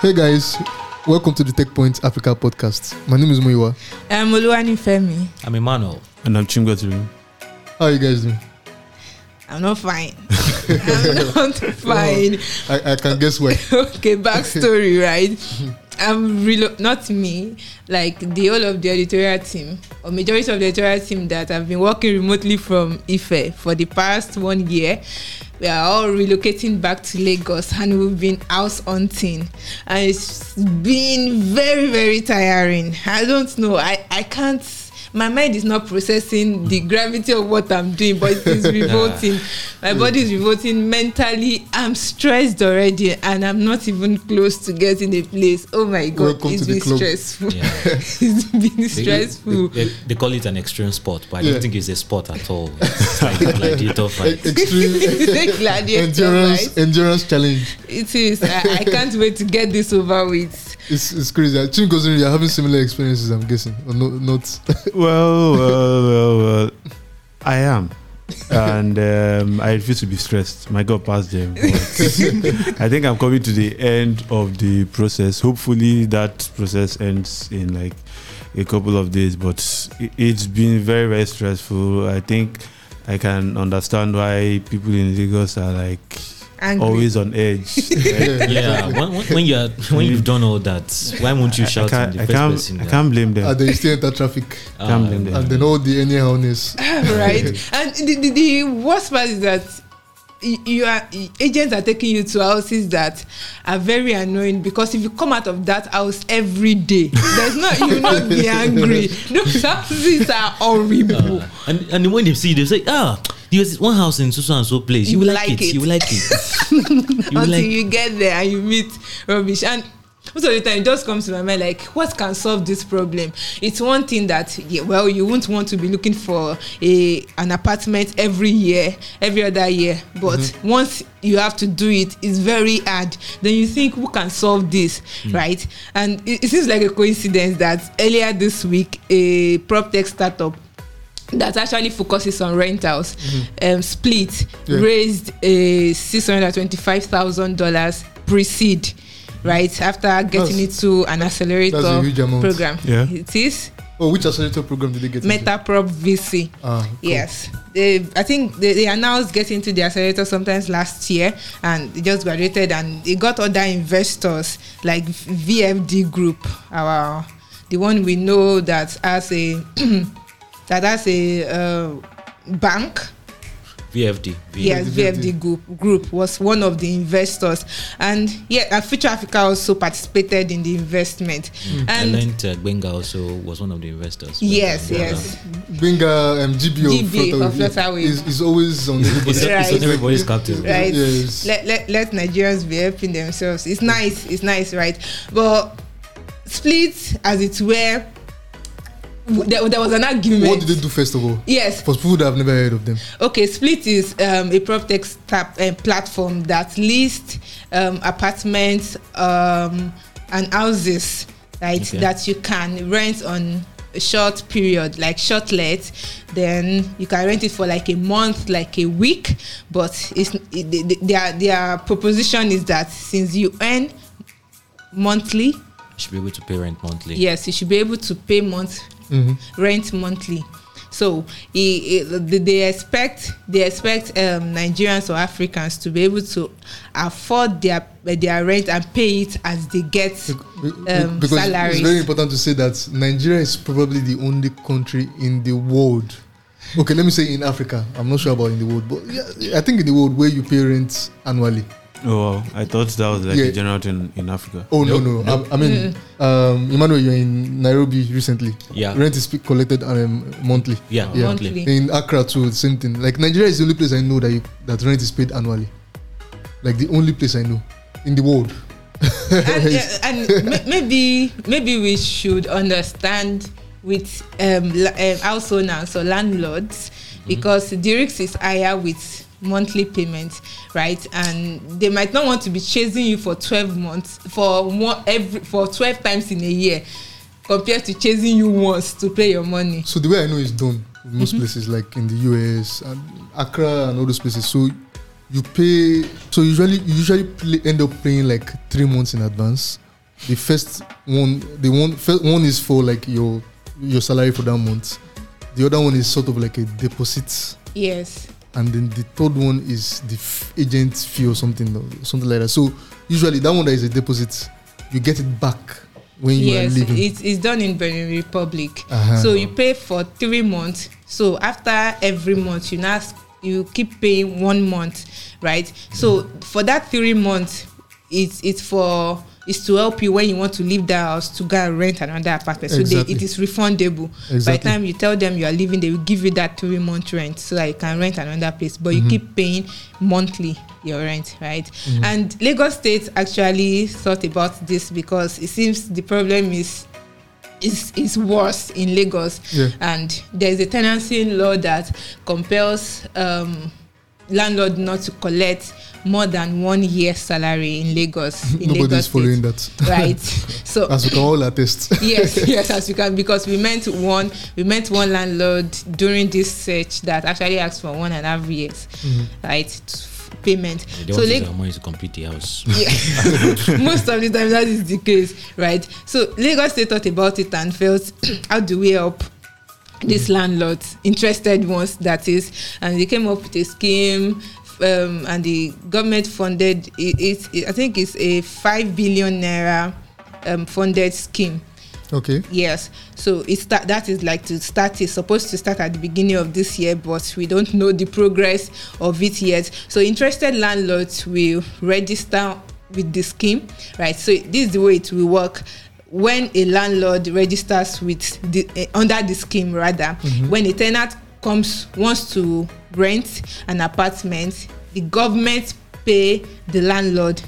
Hey guys, welcome to the Tech Point Africa podcast. My name is Muiwa. I'm Um, Oluwani Femi. I'm Emmanuel. And I'm Chimgatiri. How are you guys doing? I'm not fine. I'm not fine. I, I can guess why. okay, backstory, right? I'm relo- not me, like the whole of the editorial team or majority of the editorial team that have been working remotely from Ife for the past one year. We are all relocating back to Lagos and we've been house hunting and it's been very, very tiring. I don't know. I, I can't my mind is not processing the gravity of what I'm doing, but it is revolting. My body is revolting mentally. I'm stressed already, and I'm not even close to getting a place. Oh my god, Welcome to it's the been club. stressful. Yeah. it's been stressful. They, they, they call it an extreme sport, but I Yeah. don't think it's a sport at all. It's like gladiator E- fight. Extreme It's a gladiator, endurance right? endurance challenge. It is. I, I can't wait to get this over with. It's, it's crazy. Chim goes you're having similar experiences, I'm guessing. Or no, not. Well, well, well, well. I am. And um, I refuse to be stressed. My God passed them. But I think I'm coming to the end of the process. Hopefully, that process ends in like a couple of days. But it, it's been very, very stressful. I think I can understand why people in Lagos are like Angry. always on edge. Like, Yeah, when, when, when you're when you've done all that, why won't you I, shout in can't, the I, first can't, person? I can't blame them. and then you still enter traffic. Ah, can't blame them. And then all the anyhowness. right? and the, the, the worst part is that y- you are y- agents are taking you to houses that are very annoying because if you come out of that house every day, there's not you will not be angry. Those houses are horrible. Ah, and, and when they see, they say, ah, there's one house in so so and so place. You, will like, it. You will like it. you will until like you get there and you meet rubbish and most of the time it just comes to my mind like what can solve this problem it's one thing that yeah, well you won't want to be looking for a an apartment every year every other year but once you have to do it it's very hard then you think who can solve this right and it, it seems like a coincidence that earlier this week a prop tech startup that actually focuses on rentals um, split Mm-hmm. Yeah. raised a six hundred twenty five thousand dollars pre-seed right after getting That's- into an accelerator that's a huge amount. program Yeah. it is Oh, which accelerator program did they get? into? metaprop vc Ah, cool. yes they i think they, they announced getting into the accelerator sometimes last year and they just graduated and they got other investors like vfd group our the one we know that has a that has a uh, bank VFD. yes VFD. vfd group group was one of the investors and yeah and future africa also participated in the investment and And then uh, Gbenga also was one of the investors. yes Gbenga. yes Benga um, GBO, GBA of Flutterwave. Is, is always on everybody's It's, it's Right. on everybody's captain. right Yes. let, let, let nigerians be helping themselves it's nice it's nice right but split as it were w- there, there was an argument What did they do first of all? yes For people that have never heard of them. Okay, Split is um, a PropTech tap, uh, platform that lists um, apartments um, and houses, right? Okay. That you can rent on a short period, like short let. Then you can rent it for like a month, like a week. But it's it, they- they- their their proposition is that since you earn monthly, Should be able to pay rent monthly. yes, you should be able to pay month rent monthly. So e- e- they they expect they expect um, Nigerians or Africans to be able to afford their their rent and pay it as they get Be- be- um, because it's salaries. very important to say that Nigeria is probably the only country in the world. Okay, let me say in Africa. I'm not sure about in the world, but yeah, I think in the world where you pay rent annually. Oh, wow. I thought that was like Yeah. a general thing in Africa. Oh no, Nope, no. I, I mean, Mm. um, Emmanuel, you're in Nairobi recently. Yeah. rent is p- collected um, monthly. Yeah, Yeah. monthly. In Accra too, same thing. Like Nigeria is the only place I know that you, that rent is paid annually. Like the only place I know in the world. and, yeah, and ma- maybe maybe we should understand with um, la- um, house owners or landlords Mm-hmm. because the risk is higher with monthly payments, right? And they might not want to be chasing you for twelve months for one every for twelve times in a year, compared to chasing you once to pay your money. So the way I know it's done in Mm-hmm. most places, like in the US and Accra and all those places. So you pay. So usually, you usually play, end up paying like three months in advance the first one, the one, first one is for like your your salary for that month. The other one is sort of like a deposit, Yes. and then the third one is the f- agent fee or something, or something like that. So usually that one that is a deposit, you get it back when you yes. are leaving. It's, it's done in Benin Republic. Uh-huh. So you pay for three months. So after every month, you now s- you keep paying one month, right? So for that three months, it's it's for it's to help you when you want to leave the house to go and rent another apartment. So Exactly. they, it is refundable. By the Exactly. time you tell them you are leaving, they will give you that three month rent so that you can rent another place. But Mm-hmm. you keep paying monthly your rent, right? And Lagos State actually thought about this because it seems the problem is is is worse in Lagos, Yeah. and there is a tenancy law that compels um, landlord not to collect more than one year's salary in Lagos. In Nobody Lagos is following State. that. right? So As we can all attest. yes, yes, as you can, because we met one, we met one landlord during this search that actually asked for one and a half years, Mm-hmm. right, to- payment. They so want to Lag- use our money to complete the house. yeah. most of the time that is the case right so lagos state thought about it and felt how do we help these landlords interested ones that is and they came up with a scheme um, and the government funded it, it, i think it's a 5 billion naira um, funded scheme Okay. Yes. So it start, that is like to start it's supposed to start at the beginning of this year, but we don't know the progress of it yet. So interested landlords will register with the scheme, right? So this is the way it will work. When a landlord registers with the eh, under the scheme, rather, when a tenant comes wants to rent an apartment, the government pay the landlord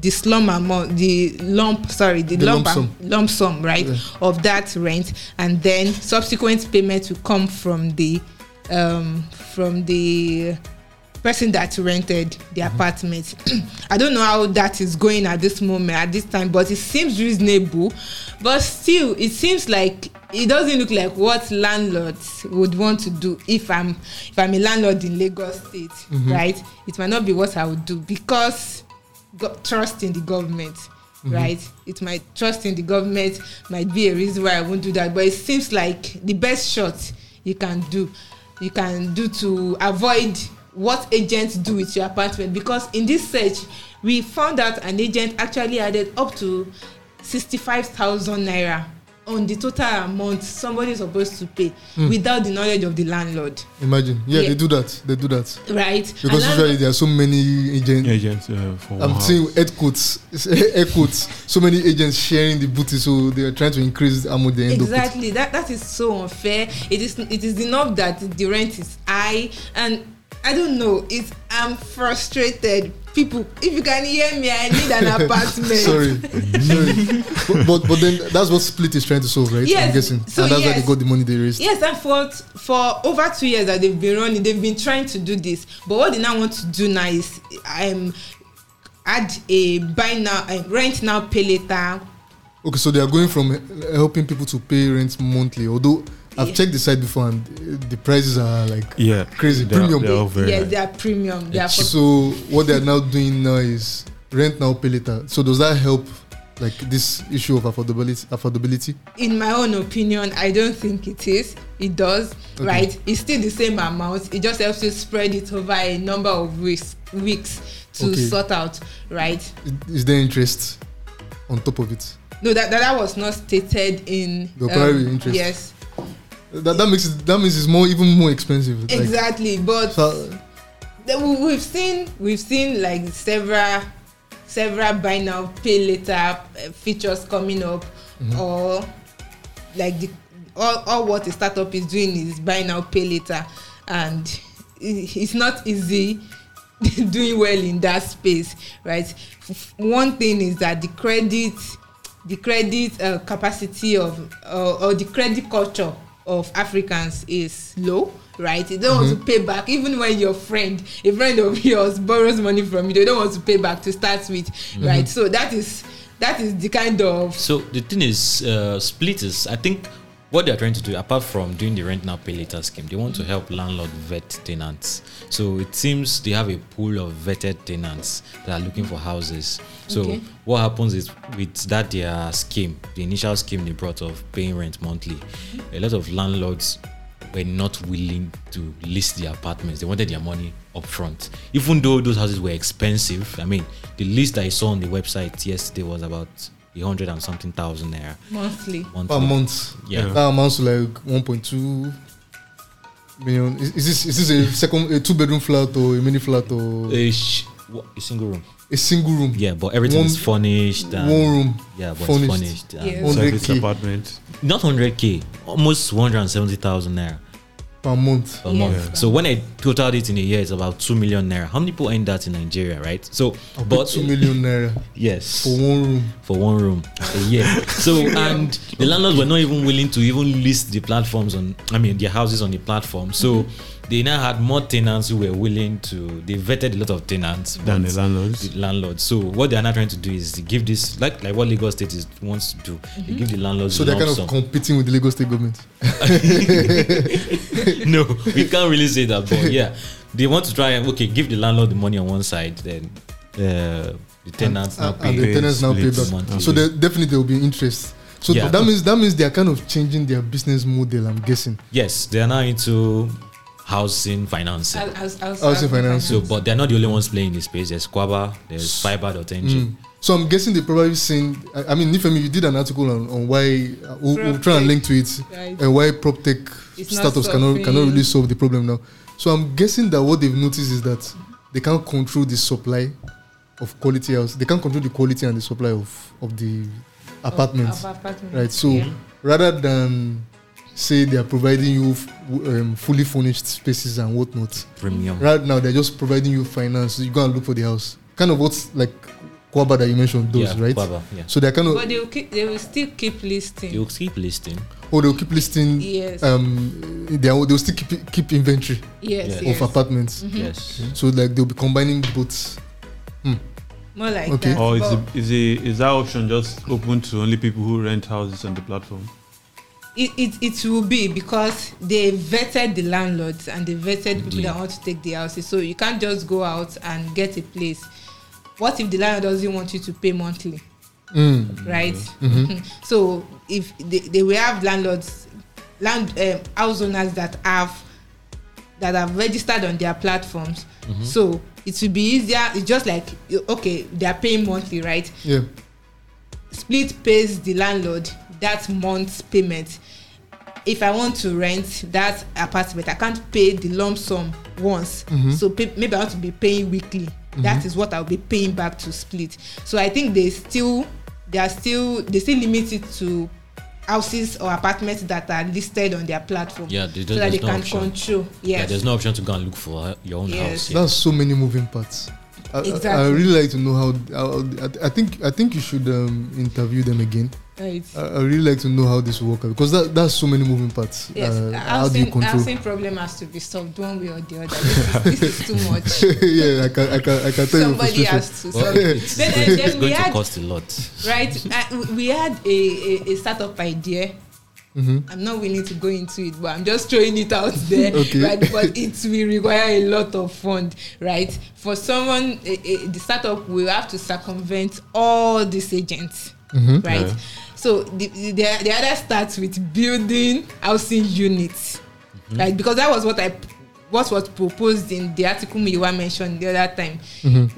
the slum amount, the lump, sorry, the, The lump, lump am- sum. lump sum, right, Yeah. of that rent, and then subsequent payments will come from the um, from the person that rented the Mm-hmm. apartment. I don't know how that is going at this moment, at this time, but it seems reasonable. But still, it seems like it doesn't look like what landlords would want to do if I'm if I'm a landlord in Lagos State, Mm-hmm. right? It might not be what I would do because go- trust in the government right it might trust in the government might be a reason why i won't do that but it seems like the best shot you can do you can do to avoid what agents do with your apartment because in this search we found out an agent actually added up to sixty-five thousand naira on the total amount somebody is supposed to pay without the knowledge of the landlord Imagine. Yeah, Yeah. they do that. They do that. right And Because usually there are so many agents. agents uh, for one I'm house. seeing head quotes, head quotes. So many agents sharing the booty, so they are trying to increase how much they end up with. exactly that that is so unfair it is it is enough that the rent is high and i don't know it's i'm frustrated people if you can hear me i need an apartment Sorry, sorry. But, but but then that's what Split is trying to solve, right? Yes, I'm guessing, so and that's why yes. they got the money they raised. Yes, and for for over two years that they've been running, they've been trying to do this. But what they now want to do now is um add a buy now uh, rent now pay later. Okay, so they are going from he- helping people to pay rent monthly. Although I've Yeah. checked the site before, and uh, the prices are like Yeah, Crazy, They're- premium. they're all very yes, high. they are premium. They are for so. What they are now doing now is rent now, pay later. So does that help? Like this issue of affordability, affordability. in my own opinion i don't think it is it does Okay. right it's still the same amount it just helps you spread it over a number of weeks weeks to Okay. sort out right Is- Is there interest on top of it? no that that, that was not stated in um, The primary interest. yes That, that makes it that means it's more even more expensive. Like, exactly but so- the- we- we've seen we've seen like several several buy now pay later uh, features coming up Mm-hmm. or like the all, all what a startup is doing is buy now pay later and it, it's not easy doing well in that space right F- one thing is that the credit the credit uh, capacity of uh, or the credit culture of africans is low right they don't want to pay back even when your friend a friend of yours borrows money from you they don't want to pay back to start with right so that is that is the kind of So the thing is, uh, split is. I think what they are trying to do, apart from doing the rent now pay later scheme, they want to help landlord vet tenants. So it seems they have a pool of vetted tenants that are looking for houses. So Okay. what happens is with that their scheme, the initial scheme they brought of paying rent monthly, a lot of landlords were not willing to list the apartments. They wanted their money up front. Even though those houses were expensive, I mean, the list I saw on the website yesterday was about a hundred and something thousand naira. monthly. per monthly. month. Yeah. That amounts to like 1.2 million. Is, is this is this a second a two bedroom flat or a mini flat or A, sh- what, a single room. a single room? Eh. Yeah, but everything One- is furnished. And, One room. yeah, but furnished. it's furnished. and- Yeah. service 100K apartment. Not 100k, almost 170,000 naira per month. per Yeah. month. Yeah. So when I totaled it in a year, it's about 2 million naira. How many people earn that in Nigeria, right? So, But but two million naira yes, for one room. for one room a year. So and the landlords were not even willing to even list the platforms on I mean their houses on the platform. So Mm-hmm. they now had more tenants who were willing to they vetted a lot of tenants Than but the landlords. The landlords. So what they are now trying to do is to give this like like what Lagos State is wants to do. They give the landlords So they're lump kind of sum. competing with the Lagos state government. no, we can't really say that, but yeah, they want to try and okay, give the landlord the money on one side, then uh, the tenants now and, pay. and the pay tenants now pay split back. monthly. So there definitely there will be interest. So Yeah. that means that means they are kind of changing their business model. I'm guessing. yes, they are now into housing financing. I'll- I'll- I'll- Housing finance. So, but they're not the only ones playing this space. There's Squaba, there's Fiber.ng. Mm. So I'm guessing they probably seen. I, I mean, Nifemi, you did an article on, on why uh, we'll, we'll try and PropTech. link to it Right. and why prop tech It's not startups cannot cannot solving- really solve the problem now. So I'm guessing that what they've noticed is that they can't control the supply of quality house. They can't control the quality and the supply of of the apartments. Of apartments. right? So Yeah. rather than say they are providing you f- w- um, fully furnished spaces and whatnot, Premium. right now they're just providing you finance. You go and look for the house. Kind of what's like Kwaba that you mentioned those, yeah, right? Squaba, yeah. So they're kind of But they will keep. They will still keep listing. You'll keep listing. oh they'll keep listing. yes. Um, they are, they'll still keep keep inventory yes. yeah. Yes. Mm. of apartments. Mm-hmm. Yes. So like they'll be combining both. More like Okay. that. Or is, but the, is, the, is that option just open to only people who rent houses on the platform? it, it it will be because they vetted the landlords and they vetted people Yeah. that want to take the houses. So you can't just go out and get a place. What if the landlord doesn't want you to pay monthly, Mm. right? so if they, they will have landlords, land um, house owners that have that have registered on their platforms. So it will be easier. It's just like okay, they are paying monthly, right? Yeah. split pays the landlord that month's payment if i want to rent that apartment i can't pay the lump sum once Mm-hmm. so pay, maybe i want to be paying weekly That is what i'll be paying back to split so i think they still they are still they still limit it to houses or apartments that are listed on their platform Yeah, there- so that there's they no can option. control Yeah, yes there's no option to go and look for your own Yes. house. Yeah. That's so many moving parts. I, I- I, Exactly. really like to know how. how I, I think I think you should um, interview them again. Right. I I really like to know how this will work out because that that's so many moving parts. Yes, Uh, how do you housing, control? housing problem has to be solved one way or the other. This is, this is too much. yeah, I can, I can, I can tell somebody you. frustration. has to Well, solve it. it's Then- going, then it's we going to had- cost a lot. right uh, we had a, a a startup idea Mhm. i'm not willing to go into it but i'm just throwing it out there Okay. right but it will require a lot of fund right for someone a, a, the startup will have to circumvent all these agents Mhm. right Yeah. so the, the the other starts with building housing units right because that was what i what was proposed in the article Miwa mentioned the other time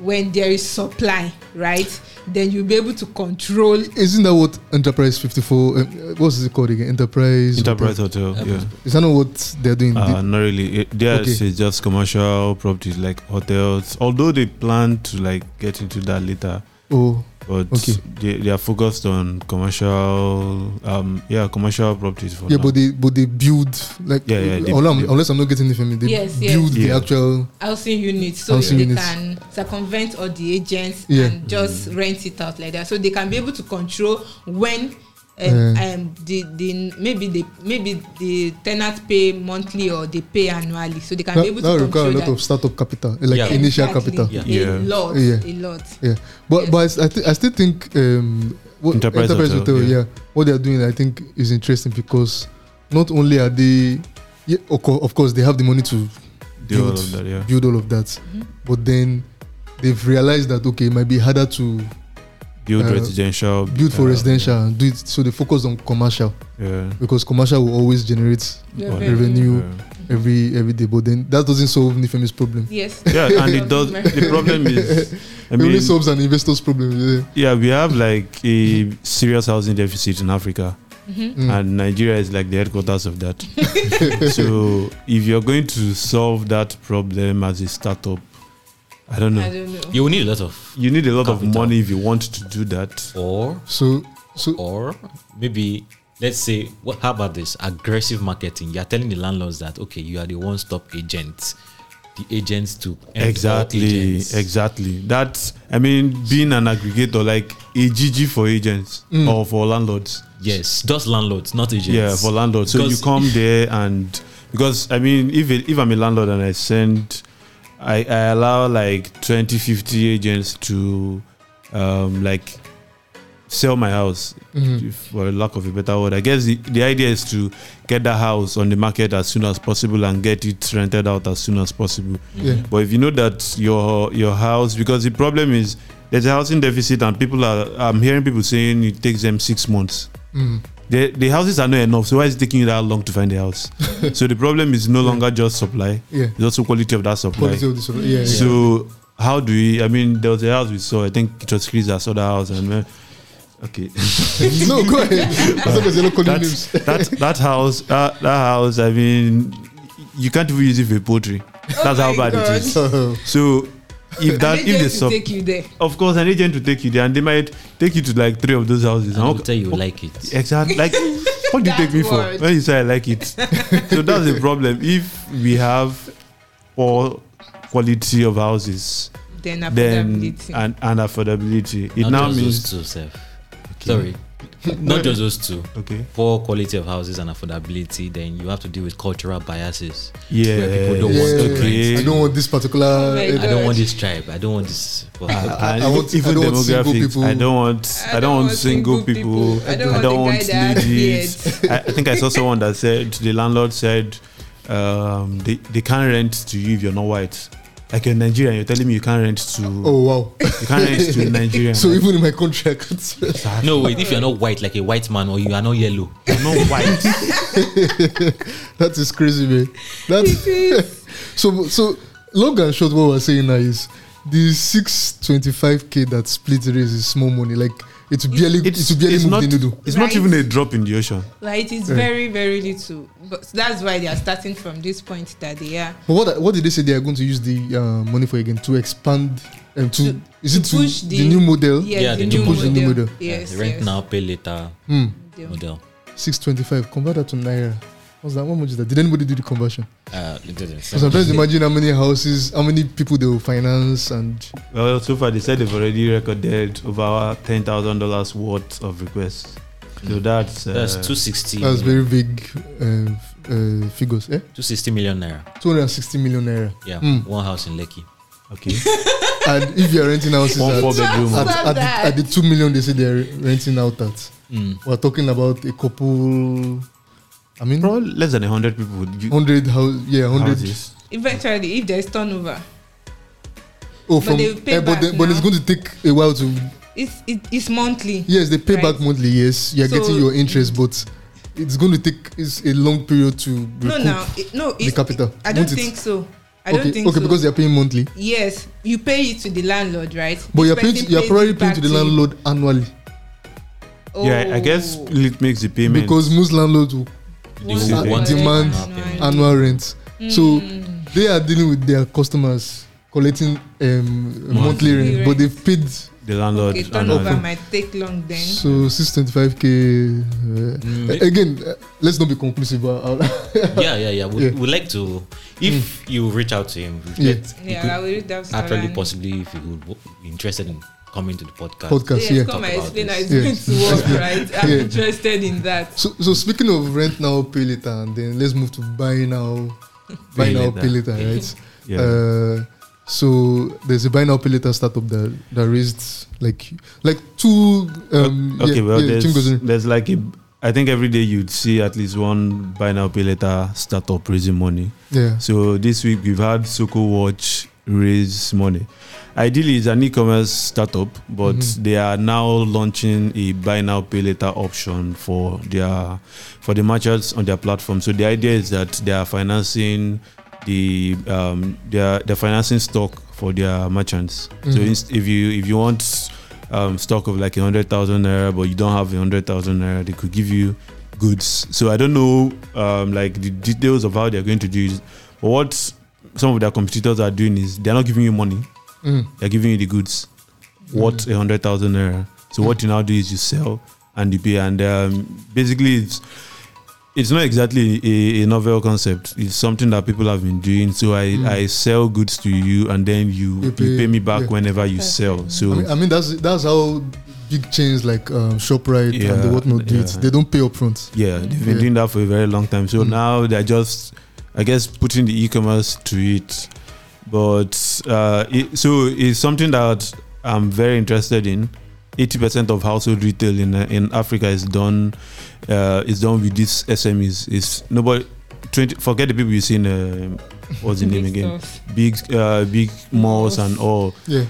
when there is supply right then you'll be able to control Isn't that what Enterprise 54? Uh, what's it called again? Enterprise. Enterprise hotel, Yeah, yeah. Is that not what they're doing? Uh, not really. It, theirs Mm-hmm. Okay. is just commercial properties like hotels. Although they plan to like get into that later, oh, but Okay. they, they are focused on commercial. Um, yeah, commercial properties for yeah, now. but they but they build like Yeah, yeah, they- unless, I'm, they- unless I'm not getting it from me, they Yes, yes. build the Yeah. actual. housing units so Housing they units. can circumvent all the agents Yeah. Mm-hmm. and just rent it out like that so they can be able to control when um, Yeah. um, the, the maybe the maybe the tenants pay monthly or they pay annually so they can be That, able that to require control a lot that of startup capital, like Yeah. initial Exactly. capital. a Yeah. Yeah. lot Yeah. a lot Yeah, but Yes. but I, s- I, thi- I still think um, what Enterprise Enterprise Hotel, Hotel, yeah. yeah. what they are doing, I think is interesting because not only are they, yeah, of cour- of course, they have the money to Do all Build. of that, yeah. build all of that, Mm-hmm. but then they've realized that okay, it might be harder to Build Uh, residential. build for uh, residential and do it. So they focus on commercial Yeah. because commercial will always generate revenue yeah. every every day. But then that doesn't solve Nifemi's problem. Yes. Yeah, and it does. The problem is, it I only mean, solves an investor's problem. Yeah. yeah, we have like a serious housing deficit in Africa, Mhm. Mm. and Nigeria is like the headquarters of that. so, if you're going to solve that problem as a startup, I don't I know. don't know. You will need a lot of, You need a lot of Capital. money if you want to do that. or So so or maybe let's say, what? How about this aggressive marketing? You are telling the landlords that okay, you are the one-stop agent, the agents to end all Exactly, agents. exactly. That's, I mean, being an aggregator, like a GG for agents Mm. or for landlords. Yes, just landlords, not agents. Yeah, for landlords. So you Because- come there and because I mean, if it, if I'm a landlord and I send, I, I allow like 20, 50 agents to, um, like sell my house mhm. if- for lack of a better word. I guess the, the idea is to get that house on the market as soon as possible and get it rented out as soon as possible. yeah. But if you know that your your house, because the problem is there's a housing deficit, and people are I'm hearing people saying it takes them six months. Mm. The, the houses are not enough, so why is it taking you that long to find a house? so the problem is no longer just supply; Yeah. it's also quality of that supply. Quality of the service. Yeah. yeah. So how do we? I mean, there was a house we saw. I think it was Chris that saw that house, and uh, okay, no, go ahead. As long as you're not calling names. that that that house, that, that house. I mean, you can't even use it for poultry. That's how Oh my bad it God. is. So, So if that An if they agent will sub take you there. of course an agent will take you there and they might take you to like three of those houses. and I And will what- tell you what- like it. Exactly. Like what do That you take me word. for? When you say I like it. so that's the problem. If we have poor quality of houses, Then then affordability. and, and affordability. It not now just means those two, Seth. Sorry, not just those two. okay. Poor quality of houses and affordability. Then you have to deal with cultural biases. Yeah. people don't yeah, want to okay. create. I don't want this particular. Oh my I uh, God. don't want this tribe. I don't want this. Well, I- I even- want- I even don't want single demographics. people. I don't want. I don't want single people. I don't, want the guy that has ladies. beards. I, I think I saw someone that said the landlord said um, they, they can't rent to you if you're not white. Like you're Nigerian, you're telling me you can't rent to oh wow! you can't rent to Nigerian. So even in my contract, I no, wait. If you're not white, like a white man, or you are not yellow, you're not white. can't. that is crazy, man. That's so. So long and short, what we're saying now is the six twenty-five k that split raise is small money. Like it barely, it It's, barely it's move not. the needle. It's not Right. even a drop in the ocean. Like it's Yeah. very, very little. But that's why they are starting from this point that they are. But what what did they say they are going to use the uh, money for again to expand and to, To- is to it to push the, the- new model? Yes, Yeah, the the new new model. Push the new model. Yes, Yeah, rent yes. now, pay later Hmm. Model. model. Six twenty-five. Convert that to naira. What's that? What much is that? Did anybody do the conversion? Uh, it doesn't. Because I'm trying to imagine how many houses, how many people they will finance, and Well, so far they said they've already recorded over ten thousand dollars worth of requests. So that's uh, That's two sixty. that's very big uh, uh, figures. Eh? Two sixty million naira. Two hundred and sixty million naira. Yeah, Hmm. one house in Lekki. okay. and if you're renting houses One four at, bedroom. at, at, the, at the two million they say they're renting out at, Mm. we're talking about a couple. I mean, Probably less than hundred people would you, hundred house, yeah, hundred. houses. Eventually, if there's turnover, Oh, But from they will pay eh, but, back the- but it's now. going to take a while to. it's it, it's monthly. Yes, they pay Right. back monthly. Yes, you're So- getting your interest, but it's going to take it's a long period to No, recoup now it, no, the it's- capital. I don't won't it? think so. I okay, don't think okay, so. because they're paying monthly. yes, you pay it to the landlord, right? But This you're paying, person you're pays probably it paying back to the landlord annually you. Yeah, I guess Oh. it makes the payment because most landlords will They One- will want demand payment. Mm. annual rent. So Mm. they are dealing with their customers collecting um, monthly Monthly rent, rent. but they've paid the landlord. Okay, and- turnover might take long then. so six twenty five k. Again, uh, let's not be conclusive. but I'll- Mm. yeah, yeah, yeah. We Yeah. Hmm. would like to, if you reach out to him, Yeah. let- he could Yeah, I will read that. actually possibly if you would wo- be interested in coming to the podcast. podcast, Yes, yeah. come Talk and about explain how this. it's going to work, right? I'm Yeah. interested in that. So, so speaking of rent now, pay later, and then let's move to buy now, buy Pay now, later. pay later, right? Yeah. Uh, so there's a buy now, pay later startup that that raised like like two. Um, yeah, okay, well, um, yeah, Tim there's, Gozin. there's like a, I think every day you'd see at least one buy now pay later startup raising money. Yeah. So this week we've had Soko Watch raise money. Ideally, it's an e-commerce startup, but Mhm. they are now launching a buy now pay later option for their for the merchants on their platform. So the idea is that they are financing the um, their their financing stock for their merchants. So Mhm. inst- if you if you want um, stock of like a hundred thousand naira, but you don't have a hundred thousand naira, they could give you goods. So I don't know um, like the details of how they're going to do it. But what some of their competitors are doing is they're not giving you money; Mm. they're giving you the goods. What a hundred thousand naira. So what you now do is you sell and you pay, and um, basically it's it's not exactly a, a novel concept. It's something that people have been doing. So I, Mm. I sell goods to you, and then you you You pay, pay- me back yeah. whenever you Perfect. sell. So I mean, I mean that's that's how big chains like um, Shoprite and Yeah, the whatnot do it. yeah. They don't pay upfront. Yeah, they've been Yeah. doing that for a very long time. So Mm. now they're just, I guess, putting the e-commerce to it. But uh, it, so it's something that I'm very interested in. Eighty percent of household retail in in Africa is done uh, is done with these SMEs. Is nobody twenty? Forget the people you see in uh, what's the name Big again? stuff. Big uh, big malls and all Yeah.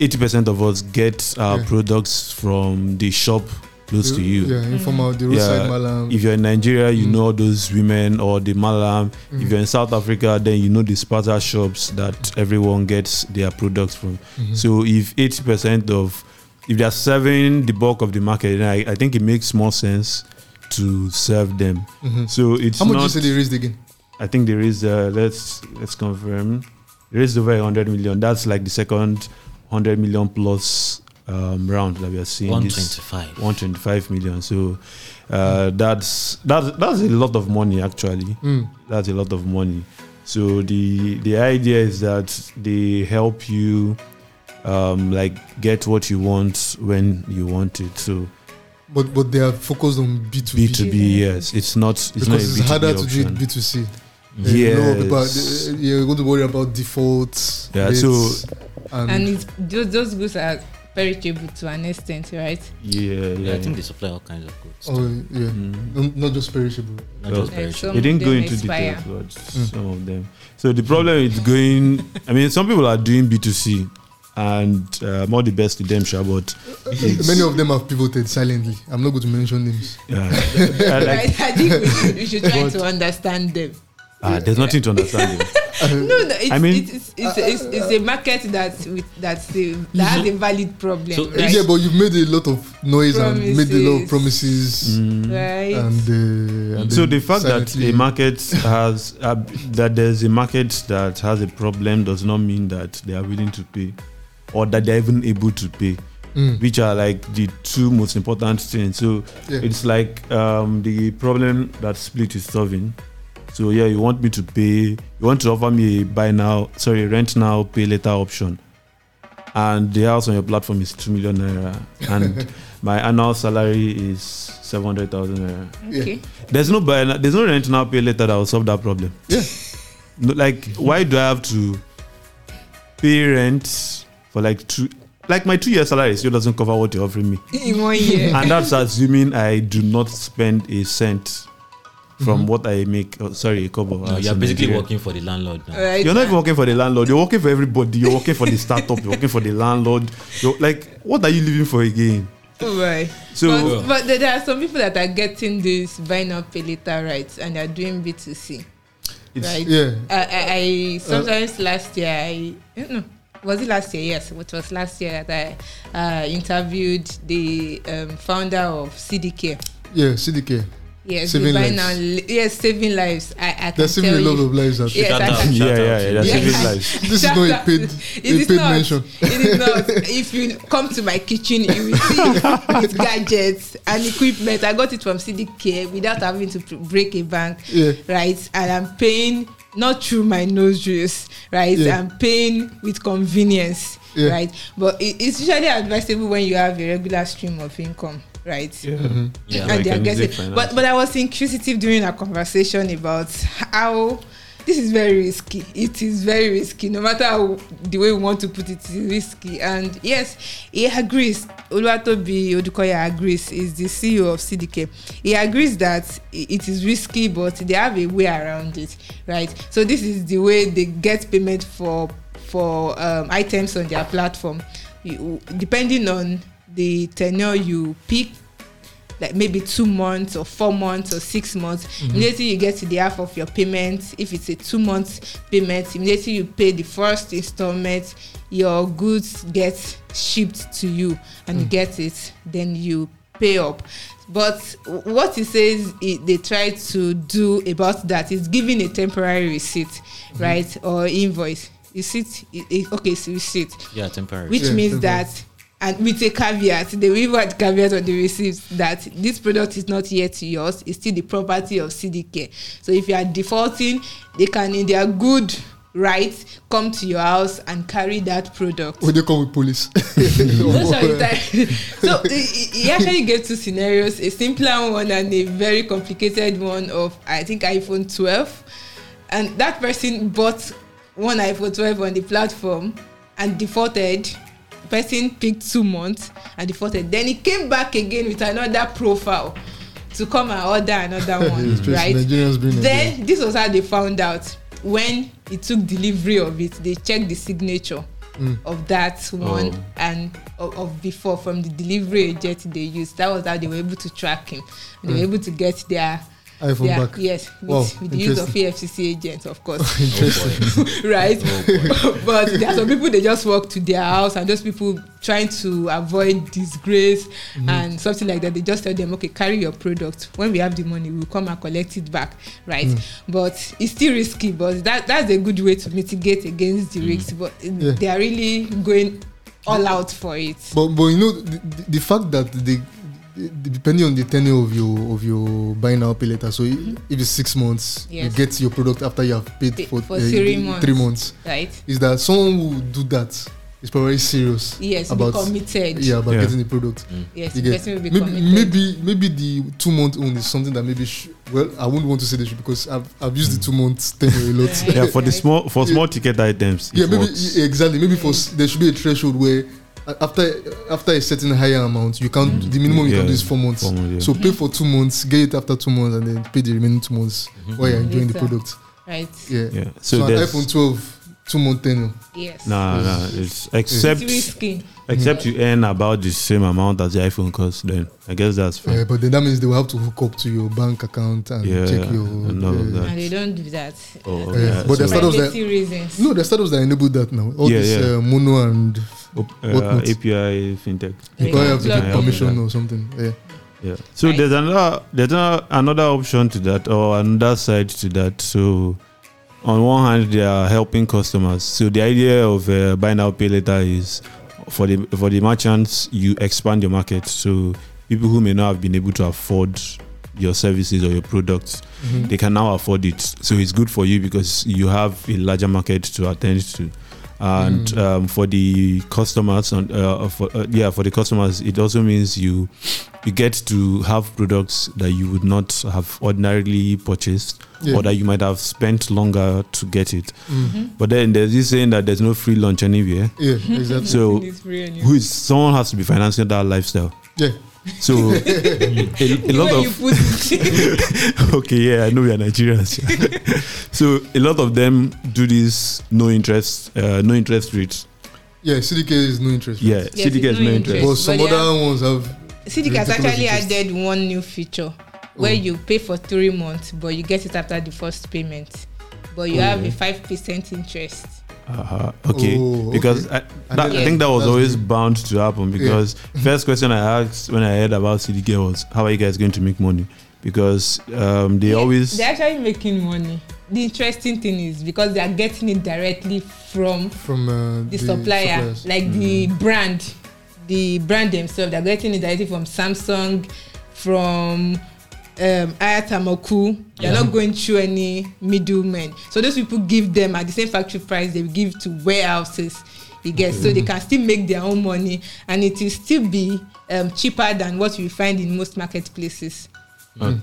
eighty percent of us get our Yeah. products from the shop close to you. Yeah, informal, the roadside Yeah, malam. If you're in Nigeria, you Mm. know those women or the malam. If Mhm. you're in South Africa, then you know the spaza shops that everyone gets their products from. Mhm. So if eighty percent of if they're serving the bulk of the market, then I, I think it makes more sense to serve them. Mhm. So it's How much not. you say they raised again? I think there is. Uh, let's let's confirm. There is over 100 million. That's like the second 100 million plus um, round that we are seeing. This 125. 125 million. So uh, that's that's that's a lot of money actually. Mm. That's a lot of money. So the the idea is that they help you um, like get what you want when you want it. So But but they are focused on B two B B two B, yes, it's not it's not a because it's B2B harder to do option. it B two C. Mm. You know Yes. about the- you're going to worry about defaults. Yeah, rates, so- and, and it's, those, those goods are perishable to an extent, right? yeah, yeah. Yeah, I think they supply all kinds of goods. oh yeah, Mm. N- not just perishable. Not well, just Like very some They didn't of go them into expire. details, but Mm. some of them. So the problem is going. I mean, some people are doing B two C, and uh, more the best to them, sure, but Yes. Many of them have pivoted silently. I'm not going to mention names. yeah. I like, right? I think we should, we should try But- to understand them. ah, there's nothing to understand. Them. No, no, uh, it's, I mean- it's, it's, it's, it's, it's a market that with that's a, that has a valid problem, So right? Yeah, but you've made a lot of noise and made a lot of promises. Mm. right? And, uh, and So then the fact that silently- a market has uh, that there's a market that has a problem does not mean that they are willing to pay, or that they're even able to pay, Mm, which are like the two most important things. So yeah. It's like um, the problem that Split is solving. So yeah, you want me to pay, you want to offer me a buy now, sorry, rent now, pay later option, and the house on your platform is two million naira, and my annual salary is seven hundred thousand naira. okay. There's no buy, now- there's no rent now, pay later that will solve that problem. Yeah. No, like why do I have to pay rent for like two, like my two year salary still doesn't cover what you're offering me In one year. and that's assuming I do not spend a cent from Mhm. what I make. Oh, sorry, a couple. No, you're basically working for the landlord now. right? You're not even working for the landlord. You're working for everybody. You're working for the startup. You're working for the landlord. You're like, what are you living for again? Oh, Right. So but, but there- there are some people that are getting this buy now pay later rights and they're doing B2C. it's, right. yeah. I, I, I sometimes last year I no was it last year yes it was last year that I uh, interviewed the um, founder of CDK Yeah, CDK. yes Saving the buy lives. now li- yes saving lives I, I They're can saving a tell lot you of lives. Actually. Yes, Shout I out, can- shout Yeah, out. yeah, yeah, that's Yeah. saving lives. This is not a paid, It a is paid not. mention. It is not. if you come to my kitchen, you will see it's gadgets and equipment. I got it from CDK without having to pr- break a bank, Yeah. right? And I'm paying not through my nose juice, right? Yeah. I'm paying with convenience, Yeah. right? But it, it's usually advisable when you have a regular stream of income, right? Mhm. Yeah. and they are Mechanism getting. finance. But but I was inquisitive during our conversation about how this is very risky it is very risky no matter how the way we want to put it it is risky and yes he agrees oluwatobi odukoya agrees he is the ceo of cdk he agrees that i- it is risky but they have a way around it right so this is the way they get payment for for um, items on their platform you, depending on the tenure you pick like maybe two months or four months or six months immediately you get to the half of your payment if it's a two month payment immediately you pay the first installment your goods get shipped to you and you get it then you pay up but w- what he says i- they try to do about that is giving a temporary receipt right or invoice receipt i- i- okay it's receipt Yeah, temporary. which Yeah, means okay. that and with a caveat they will even add caveat on the receipt that this product is not yet yours it's still the property of cdk so if you are defaulting they can in their good right come to your house and carry that product When they come with police. those are the type. so he- he he actually gave two scenarios a simpler one and a very complicated one of i think iphone 12 and that person bought one iphone 12 on the platform and defaulted person picked two months and defaulted then he came back again with another profile to come and order another one It's just right Nigerians being then this was how they found out when he took delivery of it they checked the signature Mm. of that one Oh. and of, of before from the delivery agent they used that was how they were able to track him and they were able to get their iPhone their- Mm. back. yes with, Wow, with the use of E interesting. efcc agents of course oh boy. right Oh but there are some people they just walk to their house and those people trying to avoid disgrace Mm-hmm. and something like that they just tell them okay carry your product when we have the money we'll come and collect it back right Mm. but it's still risky but that that's a good way to mitigate against the risks but uh, Mm. Yeah. they are really going all out for it But but you know the, the- the fact that they the- depending on the tenure of your of your buy now pay later. So i- if it's six months, you Mm-hmm. Yes. get your product after you have paid Pay- for, uh, for three Three months. months right is that someone who would do that is probably serious. yes about be committed yeah about Yeah. getting the product. Mm. yes You the get- person will be maybe, committed maybe maybe the two month own is something that maybe sh- well I wouldn't want to say they should because I've I've used the two months tenure a lot. Yeah. yeah, for the Right. small for small ticket items. It yeah, maybe works. yeah, exactly. Maybe for s- there should be a threshold where a- after after a certain higher amount, you can not the minimum you can do Yeah, is four months. four months, So pay for two months, get it after two months, and then pay the remaining two months while Mm. you're enjoying the Later. product. right Yeah. yeah. So, So, an there's iPhone Mm-hmm. 12, two month tenure. yes nah, nah. It's it's except risky except you earn about the same amount as the iPhone costs. Then I guess that's fine. Yeah, Uh, but then that means they will have to hook up to your bank account and Yeah, check your. and all of yeah. that. and they don't do that Oh, Yeah, yeah, but so- there's not startups that- privacy reasons No, there are startups that enable that now. All Yeah, this yeah. Uh, mono and uh, whatnot. API fintech. you Like, probably have to plug get in. permission or something. Yeah. Yeah. So Right. there's another there's another, another option to that or another side to that. So on one hand, they are helping customers. So the idea of uh, buy now pay later is for the for the merchants you expand your market. So people who may not have been able to afford your services or your products, Mhm. they can now afford it. So it's good for you because you have a larger market to attend to. And Mm. um, for the customers, on uh, for, uh, yeah, for the customers, it also means you you get to have products that you would not have ordinarily purchased, Yeah. or that you might have spent longer to get it. Mm. But then there's this saying that there's no free lunch anywhere. Yeah, exactly. So Nothing is free anymore. who is someone has to be financing that lifestyle. yeah. So a, a lot Where of you put it. okay, yeah, I know we are Nigerians. so a lot of them do this no interest, uh, no interest rate. Yeah, CDK is no interest. rate. Yeah, Yes, CDK has it's no no interest. interest. But some But they other ones have CDK has Ridiculous actually interest. added one new feature where Oh. you pay for three months, but you get it after the first payment, but you Oh, have yeah. a five percent interest. Uh-huh. Okay, Oh, because okay. I, And that, then- I think that was That's always good. bound to happen. Because first question I asked when I heard about CDK was, "How are you guys going to make money?" Because um, they Yeah, always they're actually making money. The interesting thing is because they are getting it directly from from uh, the, supplier, suppliers. like the brand, the brand themselves. They're getting it directly from Samsung, from um, Ayatamaku. They're Yeah. not going through any middlemen. So those people give them at the same factory price they give to warehouses. You get so they can still make their own money, and it will still be um, cheaper than what you find in most marketplaces. Okay,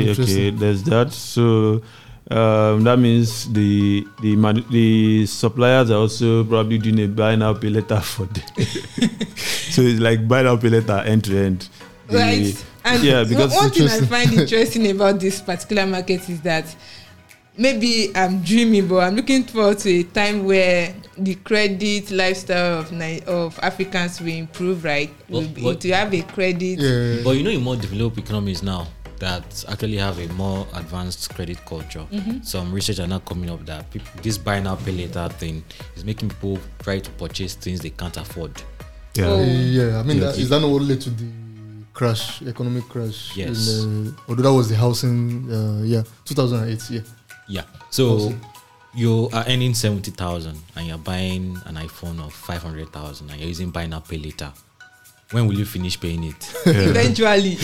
okay, Interesting. there's that. So, Um, that means the the manu- the suppliers are also probably doing a buy now pay later for them. so it's like buy now pay later end to end. The- right? And Yeah, one- because one thing I interesting. find interesting about this particular market is that maybe I'm dreaming, but I'm looking forward to a time where the credit lifestyle of Ni- of Africans will improve. Right? Well, We'll be- what- to have a credit. Yeah. But you know, in more developed economies now that actually have a more advanced credit culture, Mm-hmm. some research are now coming up that people, this buy now pay later thing is making people try to purchase things they can't afford. Yeah. Oh. Yeah, I mean, Yeah. that, is that not what led to the crash, economic crash? in, Yes. uh, although that was the housing, uh, yeah, 2008, yeah. Yeah. So Awesome. you are earning seventy thousand and you're buying an iPhone of five hundred thousand and you're using buy now pay later. When will you finish paying it? Yeah. Eventually,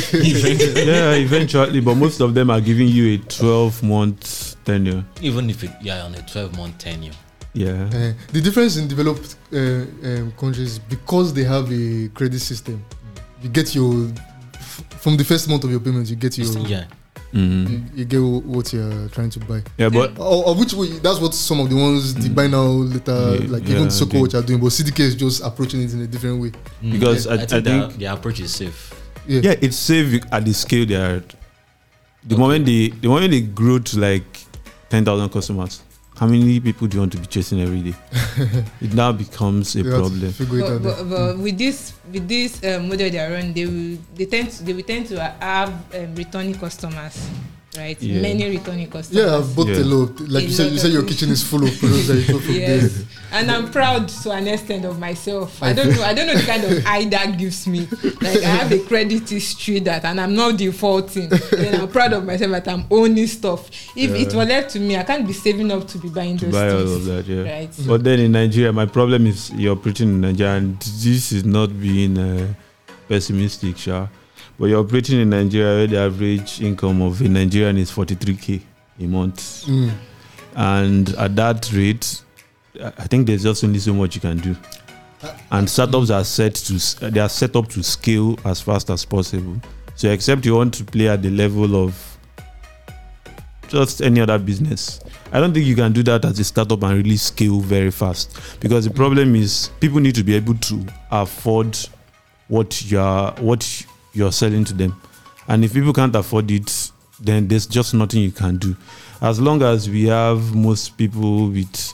yeah, eventually, but most of them are giving you a 12 month tenure. Even if it, you're on a twelve month tenure. Yeah. Uh, the difference in developed uh, um, countries because they have a credit system. You get your f- from the first month of your payment, you get your Yeah. Mhm. Mm. you, you get wh- what you're trying to buy. Yeah, but Or, or which way, that's what some of the ones the buy now later, Mm. Yeah, like yeah, even the Soko they- Watch are doing. But CDK is just approaching it in a different way. Mm. Because I- I think, I their- think- their approach is safe. Yeah, yeah, it's safe at the scale they are. at. The Okay. moment they the moment they grow to like ten thousand customers, how many people do you want to be chasing every day? it now becomes a They have to problem. Figure it but, out. but, but with this with this uh, model they are running, they will they tend to, they will tend to have um, returning customers, right? Yeah. Many returning customers. yeah, I've bought Yeah. a lot. Like A you said, lot you of said your things. kitchen is full of products that you got from there. yes and i'm proud to an extent of myself i don't know i don't know the kind of eye that gives me like i have a credit history that and i'm not defaulting and i'm proud of myself that i'm owning stuff if it Yeah. were left to me i can't be saving up to be buying To those buy all of things that, yeah. right But then in Nigeria, my problem is you're operating in Nigeria, and this is not being uh, pessimistic, sure. But you're operating in Nigeria where the average income of a Nigerian is 43k a month. Mm. and at that rate i I think there's just only so much you can do and startups are set to s- they are set up to scale as fast as possible so except you want to play at the level of just any other business i don't think you can do that as a startup and really scale very fast because the problem is people need to be able to afford what you're what you're selling to them and if people can't afford it then there's just nothing you can do as long as we have most people with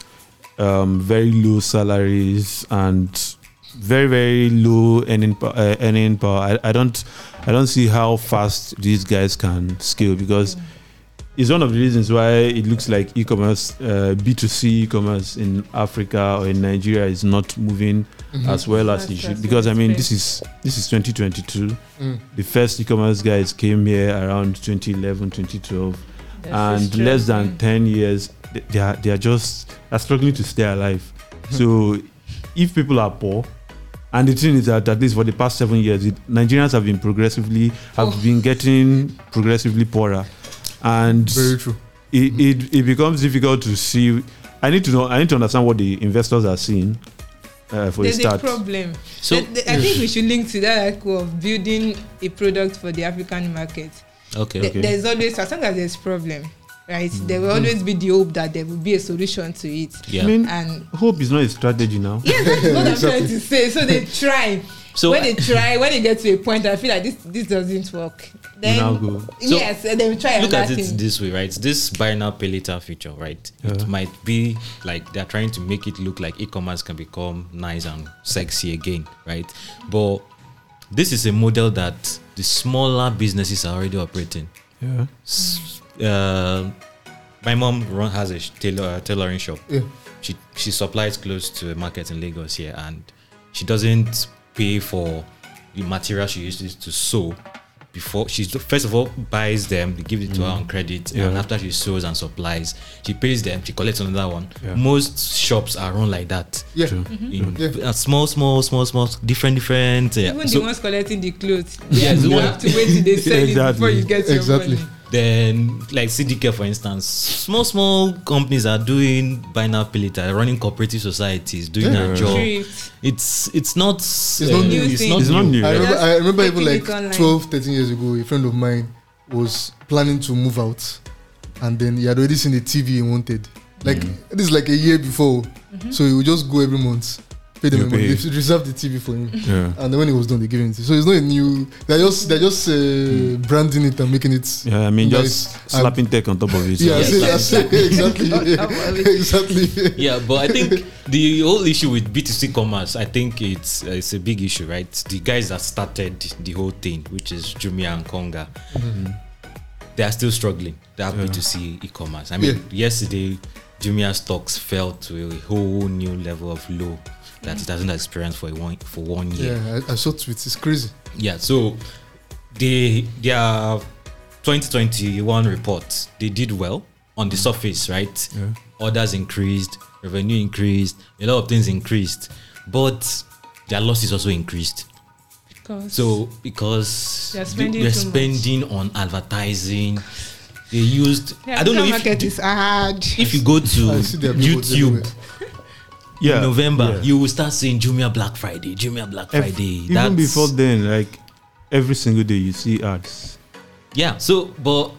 um, very low salaries and very very low earning po- uh, earning power, I, I don't I don't see how fast these guys can scale Mm. because it's one of the reasons why it looks like e-commerce uh, B2C e-commerce in Africa or in Nigeria is not moving Mhm. as well as That's it should just because I mean very this is this is 2022 Mm. the first e-commerce guys came here around 2011 2012 That's and just less than true. Mm. 10 years th- they are they are just are struggling to stay alive Hmm. so if people are poor and the thing is that at least for the past seven years it, nigerians have been progressively have Oh. been getting progressively poorer and Very true. Hmm. it, it, it becomes difficult to see i need to know i need to understand what the investors are seeing uh, for there's a a start problem So Th- th- i think we should link to that like, of building a product for the african market okay. Th- there's always as long as there's problem right Mm. there will always be the hope that there will be a solution to it Yeah. i mean and hope is not a strategy now Yes, that's what I'm trying to say. So they try. So- So when they try, when they get to a point, I feel like this this doesn't work. Then now go. So, yes, and then we try look at another it thing. this way, right? This buy now pay later feature, right? Yeah. It might be like they're trying to make it look like e-commerce can become nice and sexy again, right? But this is a model that the smaller businesses are already operating. yeah S- Uh, my mom run has a sh- tailor, uh, tailoring shop. Yeah. She she supplies clothes to a market in Lagos here, and she doesn't pay for the material she uses to sew. Before she first of all buys them, they give it to her on credit, and Mm. Yeah. after she sews and supplies, she pays them. She collects another one. Yeah. Most shops are run like that. Yeah. True. Mm-hmm. In Yeah. uh, small, small, small, small, different, different. Uh, Even so- the ones collecting the clothes, Yes, yes, the you one- have to wait till they sell it before Exactly. you get your Exactly. money. then like CDK for instance, small small companies are doing buy now pay later, running cooperative societies, doing Yeah. a job. Thrift. It's it's not uh, it's not new it's thing. not It's not new. new. I Yeah. remember, Just I remember taking even it like online. 12, 13 years ago, a friend of mine was planning to move out and then he had already seen the TV he wanted. Like Mm. this is like a year before, Mm-hmm. so he would just go every month, pay them You a month. They pay. reserved the TV for him, Yeah. and then when he was done, they gave him. It. So it's not a new. They're just they're just uh, branding it and making it. Hmm. Yeah, I mean, Nice. just slapping tech on top of it. Yeah, I Yeah, say- I say- exactly, exactly. yeah, but I think the whole issue with B2C commerce, I think it's uh, it's a big issue, right? The guys that started the whole thing, which is Jumia and Konga, they are still struggling. That Yeah. B2C e-commerce. I mean, yesterday Jumia stocks fell to a whole new level of low that it hasn't experienced for a one for one year. Yeah, I, I saw tweets. It's crazy. Yeah, so they their 2021 report, they did well on the surface, right? Yeah. Orders increased, revenue increased, a lot of things increased, but their losses also increased. So because They are spending they're too much. spending on advertising, they used I don't know if market is hard. if you go to I see their billboards everywhere. YouTube Yeah. in November, Yeah. you will start seeing Jumia Black Friday, Jumia Black Ev- Friday. Even before then, like every single day, you see ads. Yeah. So, but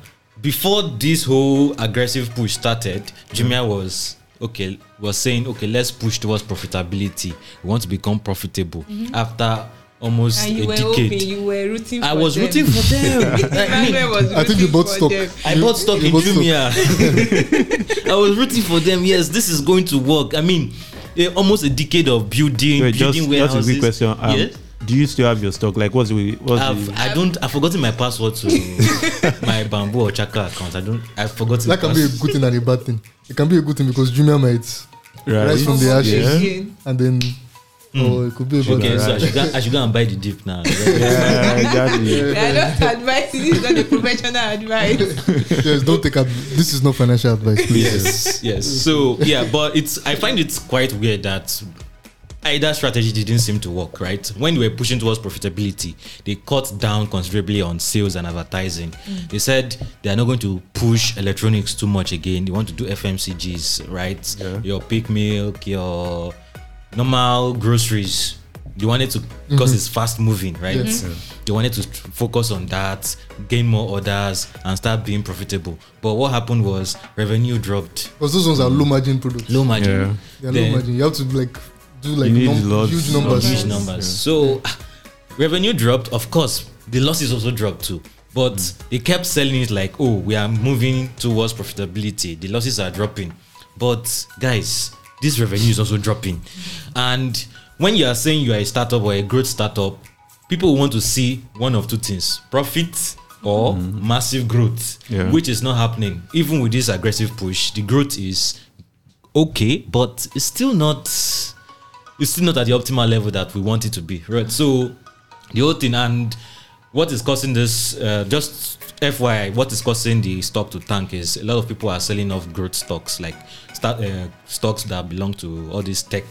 before this whole aggressive push started, Mm. Jumia was okay. Was saying okay, let's push towards profitability. We want to become profitable after almost Mm-hmm. and you a were decade. hoping, you were rooting. I for was them. rooting for them. I, mean, Emmanuel was I think you rooting bought for stock. them. I bought stock You in bought stock. Jumia. I was rooting for them. Yes, this is going to work. I mean, eh, almost a decade of building, Wait, just, building just a warehouses. quick question. Um, yes. Do you still have your stock? Like, what's the what's I've, the, I don't. I've forgotten my password to my bamboo or chakra account. I don't. I've forgotten. That can be a pass- good thing and a bad thing. It can be a good thing because Jumia might rise from the ashes. Yeah. Again. and then Hmm. oh, it could be a bad Okay, thing. so I should, go, I should go and buy the dip now. Yeah. yeah, exactly. They are not advising. This is not a professional advice. yes, don't take up. This is not financial advice, please. yes, yes. So yeah, but it's I find it's quite weird that either strategy didn't seem to work. Right when they were pushing towards profitability, they cut down considerably on sales and advertising. They said they are not going to push electronics too much again. They want to do FMCGs, right? Yeah. Your pick milk, your normal groceries. They wanted to because it's fast moving, right? Mm-hmm. Yes. They wanted to tr- focus on that, gain more orders, and start being profitable. But what happened was revenue dropped, Because those ones are low margin products. low margin, Yeah. They are Then- low margin. You have to like do like need num- lots huge of numbers. huge numbers. So ah, revenue dropped. Of course, the losses also dropped too. But they kept selling it like, oh, we are moving towards profitability. The losses are dropping. But guys, this revenue is also dropping. And when you are saying you are a startup or a growth startup, people want to see one of two things profit or massive growth, Yeah. which is not happening. Even with this aggressive push, the growth is okay, but it's still not it's still not at the optimal level that we want it to be, right? So the whole thing and what is causing this, uh, just FYI, what is causing the stock to tank is a lot of people are selling off growth stocks, like start uh, stocks that belong to all these tech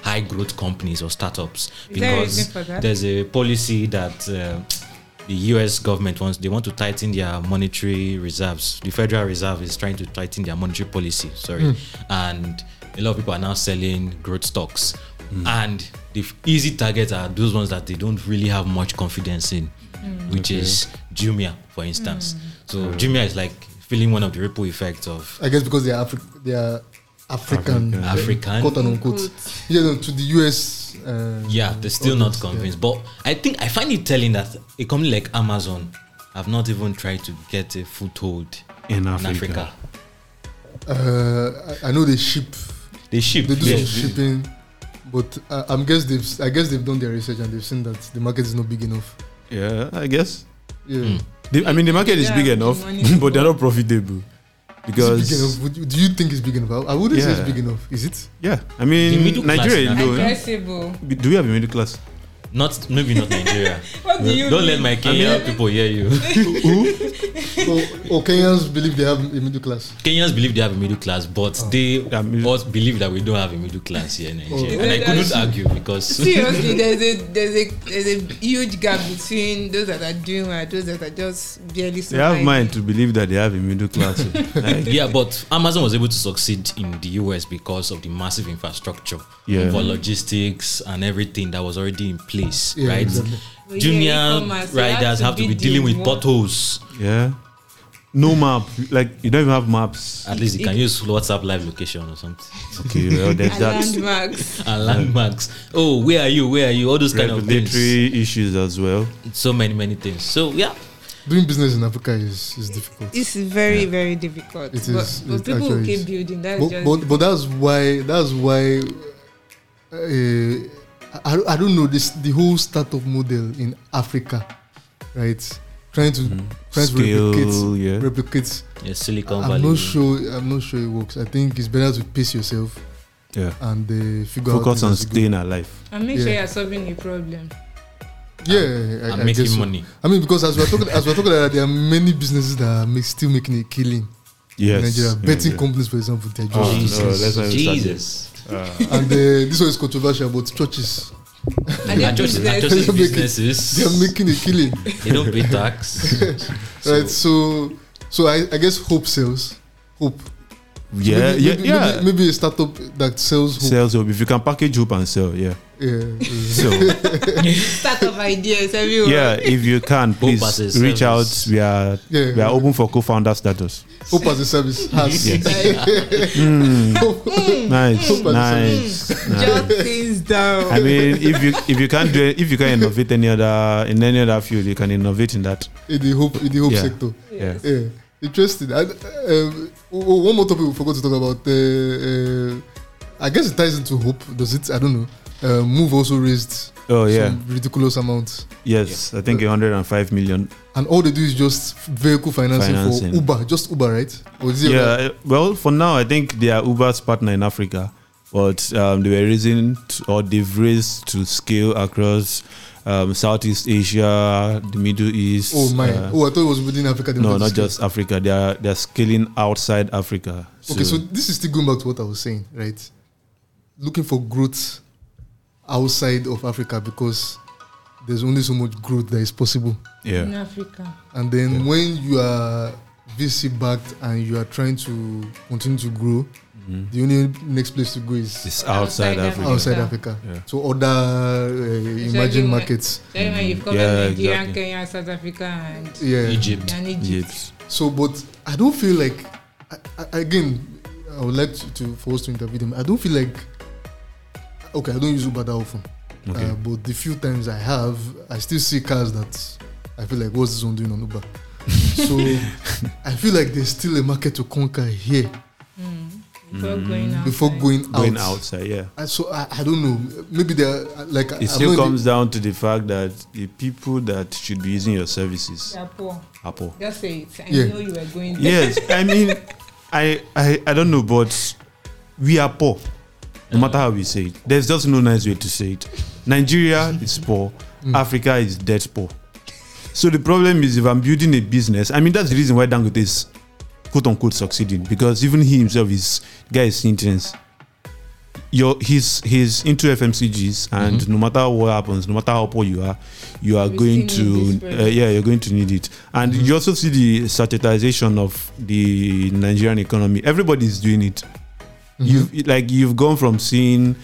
high growth companies or startups, Is there a reason for that? there's a policy that. Uh, the U.S. government wants they want to tighten their monetary reserves. The Federal Reserve is trying to tighten their monetary policy. Sorry, and a lot of people are now selling growth stocks, and the f- easy targets are those ones that they don't really have much confidence in, which is Jumia, for instance. So Jumia is like feeling one of the ripple effects of I guess because they are Afri- they are African, African. African quote unquote. Yeah, no, to the US. Uh, Yeah, they're still audience, not convinced. But I think I find it telling that a company like Amazon have not even tried to get a foothold in In Africa. Africa. Yeah. Uh, I, I know they ship. They ship. They do yeah. some shipping, but uh, I'm guess they've I guess they've done their research and they've seen that the market is not big enough. Yeah, I guess. Yeah. Mm. The, I mean, the market is Yeah, big the enough, money- but they're not profitable Is it big because enough? Would you- Do you think it's big enough? I wouldn't say Yeah. it's big enough. Is it? yeah, I The mean, middle class Nigeria now. alone. Addressable. Do we have a middle class? Not maybe not Nigeria. What do you Don't mean? let my Kenyan mean- people hear you. or, or Kenyans believe they have a middle class. Kenyans believe they have a middle class, but they Yeah, middle- us believe that we don't have a middle class here in Nigeria. Oh. Oh. And I couldn't That's- argue because Seriously, there's a there's a there's a huge gap between those that are doing and those that are just barely They have surviving. mind to believe that they have a middle class. Like, yeah, but Amazon was able to succeed in the US because of the massive infrastructure Yeah. for logistics and everything that was already in place, Yeah, right? exactly. Well, yeah, Junior e-commerce, you riders have to the be dealing with one- potholes, yeah, no map. Like you don't even have maps. At least you can use WhatsApp live location or something. Okay, well, there's And that landmarks. And landmarks. Oh, where are you? Where are you? All those kind of things. regulatory issues as well. So many, many things. So yeah, Doing business in Africa is, is difficult. It's very, very difficult. It but, is- but it people will actually keep is. building. That's but, just but, but that's why that's why uh, I, I don't know this the whole startup model in Africa, right? Trying to Mm. trying to replicate Scale, Mm-hmm. yeah. replicate. yeah Silicon I'm Valley. not sure. I'm not sure it works. I think it's better to pace yourself yeah. and uh, figure Focus out on things as you go. staying alive. and make sure yeah. you're solving the problem. Yeah, I- I'm I making guess so. money. I mean, because as we're talking, as we're talking like that, there are many businesses that are make, still making a killing Yes. in Nigeria. yeah, Betting yeah. companies, for example, they're Oh, just no, let's not even start Jesus. Oh. and uh, this one is controversial, but churches And then Are just, are business- just They're making- businesses. they are making a killing. They don't pay tax. so, right so so I, I guess hope sells hope Yeah, maybe, yeah, maybe, yeah. maybe, maybe a startup that sells hope Sales hope. If you can package hope and sell, yeah. yeah, yeah. So Start of ideas everywhere. yeah, if you can, please as a reach out. service. We are Yeah. we are open for co-founder status. hope as a service has Mm, nice, Hope as a nice. hmm, Jot things down. I mean, if you if you can't do it, if you can innovate any other in any other field, you can innovate in that. in the hope in the hope Yeah. sector Yeah. yeah interesting and um, oh, one more topic we forgot to talk about uh, uh, I guess it ties into hope does it I don't know uh, move also raised Oh yeah. some ridiculous amounts Yes, I think 105 million. and all they do is just vehicle financing, Financing. for Uber just Uber right or is it Yeah. like- uh, Well, for now, I think they are Uber's partner in Africa, but um, they were raising t- or they've raised to scale across um, Southeast Asia, the Middle East. oh my uh, oh I thought it was within Africa they no, wanted to not scale. just Africa. They are they are scaling outside Africa. Okay, so this is still going back to what I was saying, right? Looking for growth outside of Africa because there's only so much growth that is possible. yeah, In Africa. And then when you are VC backed and you are trying to continue to grow, the only next place to go is Mm-hmm. it's outside, Outside Africa. outside Africa. Yeah. So other uh, emerging you- markets. So anyway, you've covered Yeah, Nigeria, exactly. Kenya, South Africa, and, Yeah. Egypt. and Egypt. Yes. So, but I don't feel like, I, I, again, I would like to, to for us to interview them. I don't feel like, okay, I don't use Uber that often, Okay. uh, but the few times I have, I still see cars that I feel like, what's this one doing on Uber? so I feel like there's still a market to conquer here Before Hmm. going out. Mm. before going out. Going outside, yeah. And so I, I don't know. Maybe there, are, like, It still comes down to the fact that the people that should be using your services They are poor. are poor. Just say it. I Yeah. know you were going there. yes i mean I, I i don't know but we are poor no matter how we say it there's just no nice way to say it nigeria is poor africa is dead poor so the problem is if i'm building a business i mean that's the reason why dangote is quote unquote succeeding because even he himself is guy is intense your he's he's into fmcgs and no matter what happens no matter how poor you are you are We going still need to this uh, yeah you're going to need it and you also see the statutization of the nigerian economy everybody's doing it you've like you've gone from seeing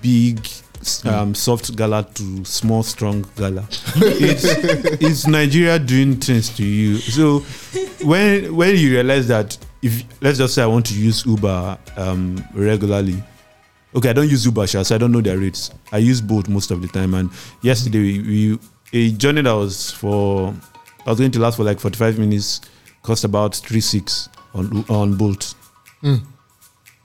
big s- um, soft gala to small strong gala it's, it's nigeria doing things to you so when when you realize that if let's just say i want to use uber um, regularly okay i don't use uber sha, so i don't know their rates i use both most of the time and yesterday we, we a journey that was for i was going to last for like 45 minutes cost about 3.6 on on bolt Mm.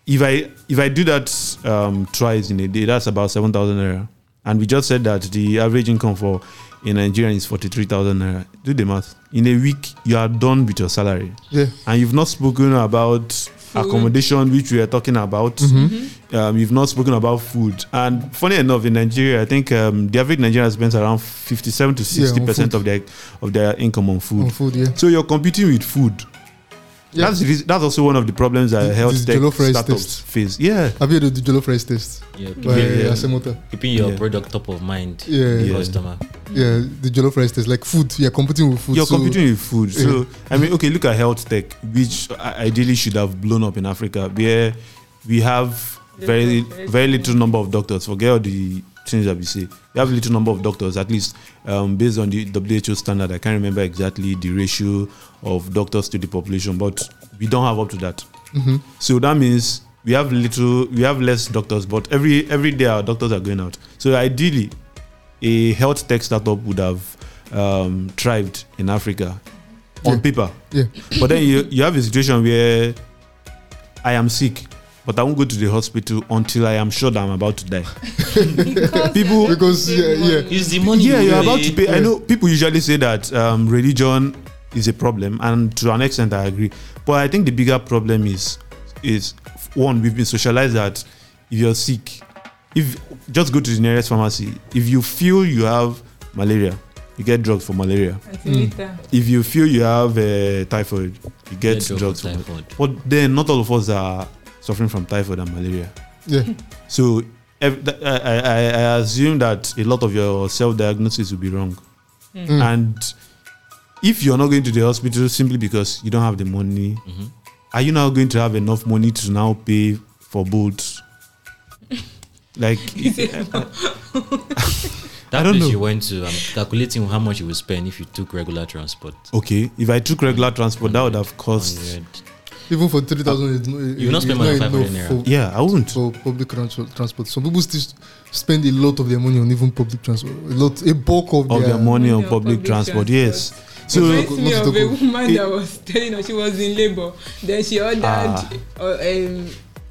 if i if i do that um twice in a day that's about 7000 naira and we just said that the average income for a nigerian is 43000 naira do the math in a week you are done with your salary Yeah. and you've not spoken about accommodation which we are talking about Mm-hmm. um, you've not spoken about food and funny enough in nigeria i think um, the average nigerian spends around 57 to 60 percent food. of their of their income on food On food, yeah. so you're competing with food Yeah. that's the reas- that's also one of the problems that The- health the tech jollof rice startups test. face yeah Have you heard of the Jollof Rice Test Yeah, keeping, by Yeah, yeah. Asemota? keeping your Yeah. product top of mind. Yeah. the Yeah. Customer. Yeah, the Jollof Rice Test. Like food, you're competing with food. you're so- competing with food so i mean okay look at health tech which i- ideally should have blown up in africa where we have very very little number of doctors forget all the things that we see. We have a little number of doctors, at least um, based on the WHO standard. I can't remember exactly the ratio of doctors to the population, but we don't have up to that. Mhm. So that means we have little, we have less doctors, but every every day our doctors are going out. So ideally, a health tech startup would have um, thrived in Africa on Yeah. paper. Yeah. But then you, you have a situation where I am sick, but I won't go to the hospital until I am sure that I'm about to die. Because People- Because, yeah, yeah. Use the money. yeah, you you're pay. about to pay. I know people usually say that um, religion is a problem, and to an extent, I agree. But I think the bigger problem is is one we've been socialized that if you're sick, if just go to the nearest pharmacy. If you feel you have malaria, you get drugs for malaria. Until later. If you feel you have uh, typhoid, you Yeah, get drug drugs for. typhoid. But then not all of us are suffering from typhoid and malaria. Yeah. So ev- th- I, I, I assume that a lot of your self diagnosis will be wrong. Hmm. Mm. And if you're not going to the hospital simply because you don't have the money, Mhm. are you now going to have enough money to now pay for both? like, That I don't place know. you went to, I'm calculating how much you will spend if you took regular transport. okay, if I took regular transport, that would have cost. 100. Even for 3,000, it's no- will not it's spend more than 500 enough naira. for, Yeah, I wouldn't. for public trans- transport. Some people still s- spend a lot of their money on even public transport. A lot, a bulk of, Of their money on Money on public public transport, yes. So, So- reminds me Not of to a go. woman It- that was telling us she was in labor. Then she ordered, Ah. uh, um,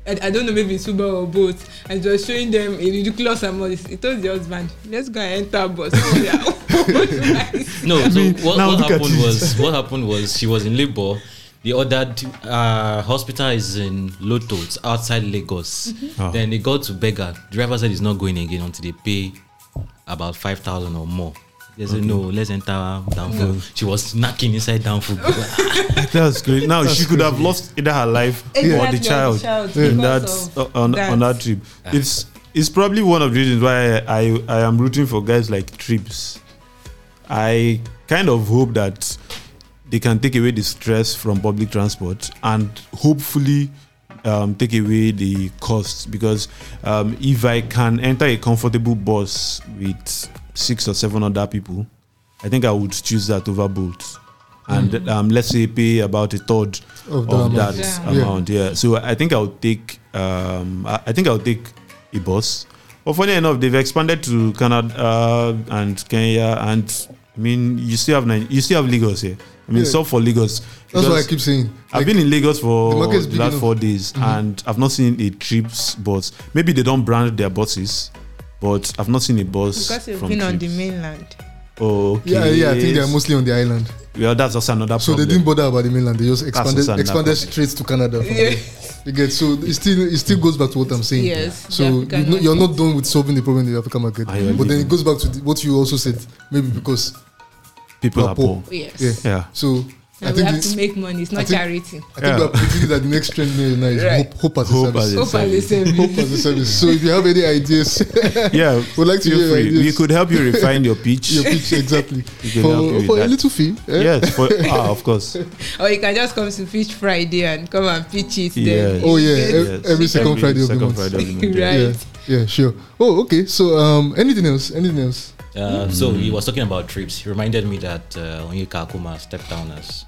I, I don't know, maybe Uber or boat, and she was showing them a ridiculous amount. He told the husband, "Let's go and enter bus." Oh, yeah. No, so mean, what, now what look at happened it. was what happened was she was in labor. They ordered uh, hospital is in Loto, it's outside Lagos. Ah. Then they got to beggar. Driver said he's not going again until they pay about five thousand or more. They said no, let's enter Danfo. She was snacking inside Danfo. That's great. Now she could have lost either her life or Exactly, the child, child in that, because of uh, on, on that. that trip. It's it's probably one of the reasons why I, I am rooting for guys like trips. I kind of hope that they can take away the stress from public transport and hopefully um, take away the costs because um, if I can enter a comfortable bus with six or seven other people, I think I would choose that over Bolt. And um, let's say pay about a third of, the of amount. that Yeah. Yeah. amount. Yeah. So I think I'll take um I, I think I'll take a bus. But funny enough, they've expanded to Canada and Kenya, and I mean you still have Ni- you still have Lagos here. I mean, Yeah. sub for Lagos. That's what I because keep saying. I've Like, been in Lagos The for market is the big enough. last Mm-hmm. four days, and I've not seen a trips bus. Maybe they don't brand their buses, but I've not seen a bus Because you've from been on the Trips. mainland. Oh, okay. yeah, yeah, I think they're mostly on the island. Well, that's just another So problem. they didn't bother about the mainland. They just expanded also another expanded problem. straight to Canada. From Yeah. there. You get so it still it still goes back to what I'm saying. Yes, So the you African know, you're not done with solving the problem in the African market. Ah, you're But then leaving. it goes back to the, what you also said. Maybe because People Well, are poor. Yes. Yeah. Yeah. so I And we think have this, to make money. It's not think- charity. I think Yeah. we're predicting that the next trend here now is Right. hope, hope as a Hope service. as Hope I listen. hope as a service. So if you have any ideas, yeah, We'd like to feel hear your free. We ideas. could help you refine your pitch. your pitch exactly We could help you for, with for a that. little fee. eh? Yes, for, ah, of course. Or you can just come to Fish Friday and come and pitch it. Then Yes. Oh yeah, You ev- get- Yes. every second Friday of the second month. Friday of the month, yeah. Right. Yeah, yeah, sure. Oh, okay. So um, anything else? Anything else? Uh, So he was talking about trips. He reminded me that uh, Onyeka Akuma stepped down as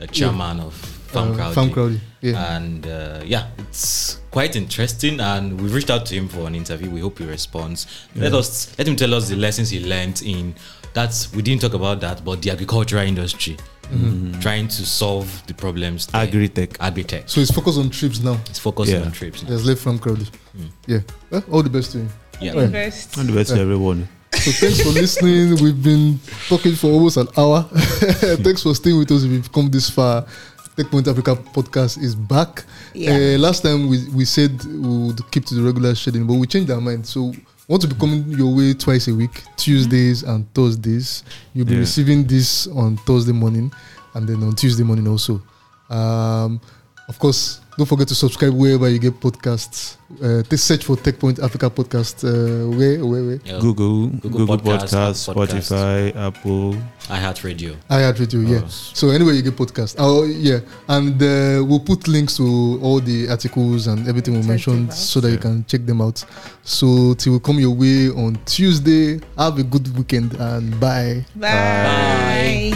a chairman of Farm Uh, Crowd. Farm Crowdy. Yeah. and uh, yeah it's quite interesting and we've reached out to him for an interview we hope he responds let us let him tell us the lessons he learned in that's we didn't talk about that but the agricultural industry Mm-hmm. trying to solve the problems there. Agri-tech. agri-tech so it's focused on trips now. it's focusing Yeah. on trips now. There's left Farm Crowdy. Mm. Yeah. Well, all the best to him. yeah Invest. And the best to everyone. So thanks for listening. We've been talking for almost an hour. thanks for staying with us. If you've come this far, TechPoint Africa podcast is back. Yeah. Uh, last time we, we said we would keep to the regular schedule, but we changed our mind. So we want to be coming your way twice a week, Tuesdays and Thursdays. You'll be Yeah. receiving this on Thursday morning and then on Tuesday morning also. Um, of course, Don't forget to subscribe wherever you get podcasts. Uh, just search for Tech Point Africa podcast. Uh, where, where, where? Yeah, Google, Google Google, Podcast, Podcast, Apple Podcast. Spotify, Apple. iHeartRadio. I had with you, yeah. So anyway, you get podcast. Oh yeah, and uh, we'll put links to all the articles and everything we Check them mentioned out. so that you Yeah. can check them out. So till we come your way on Tuesday. Have a good weekend and bye. Bye.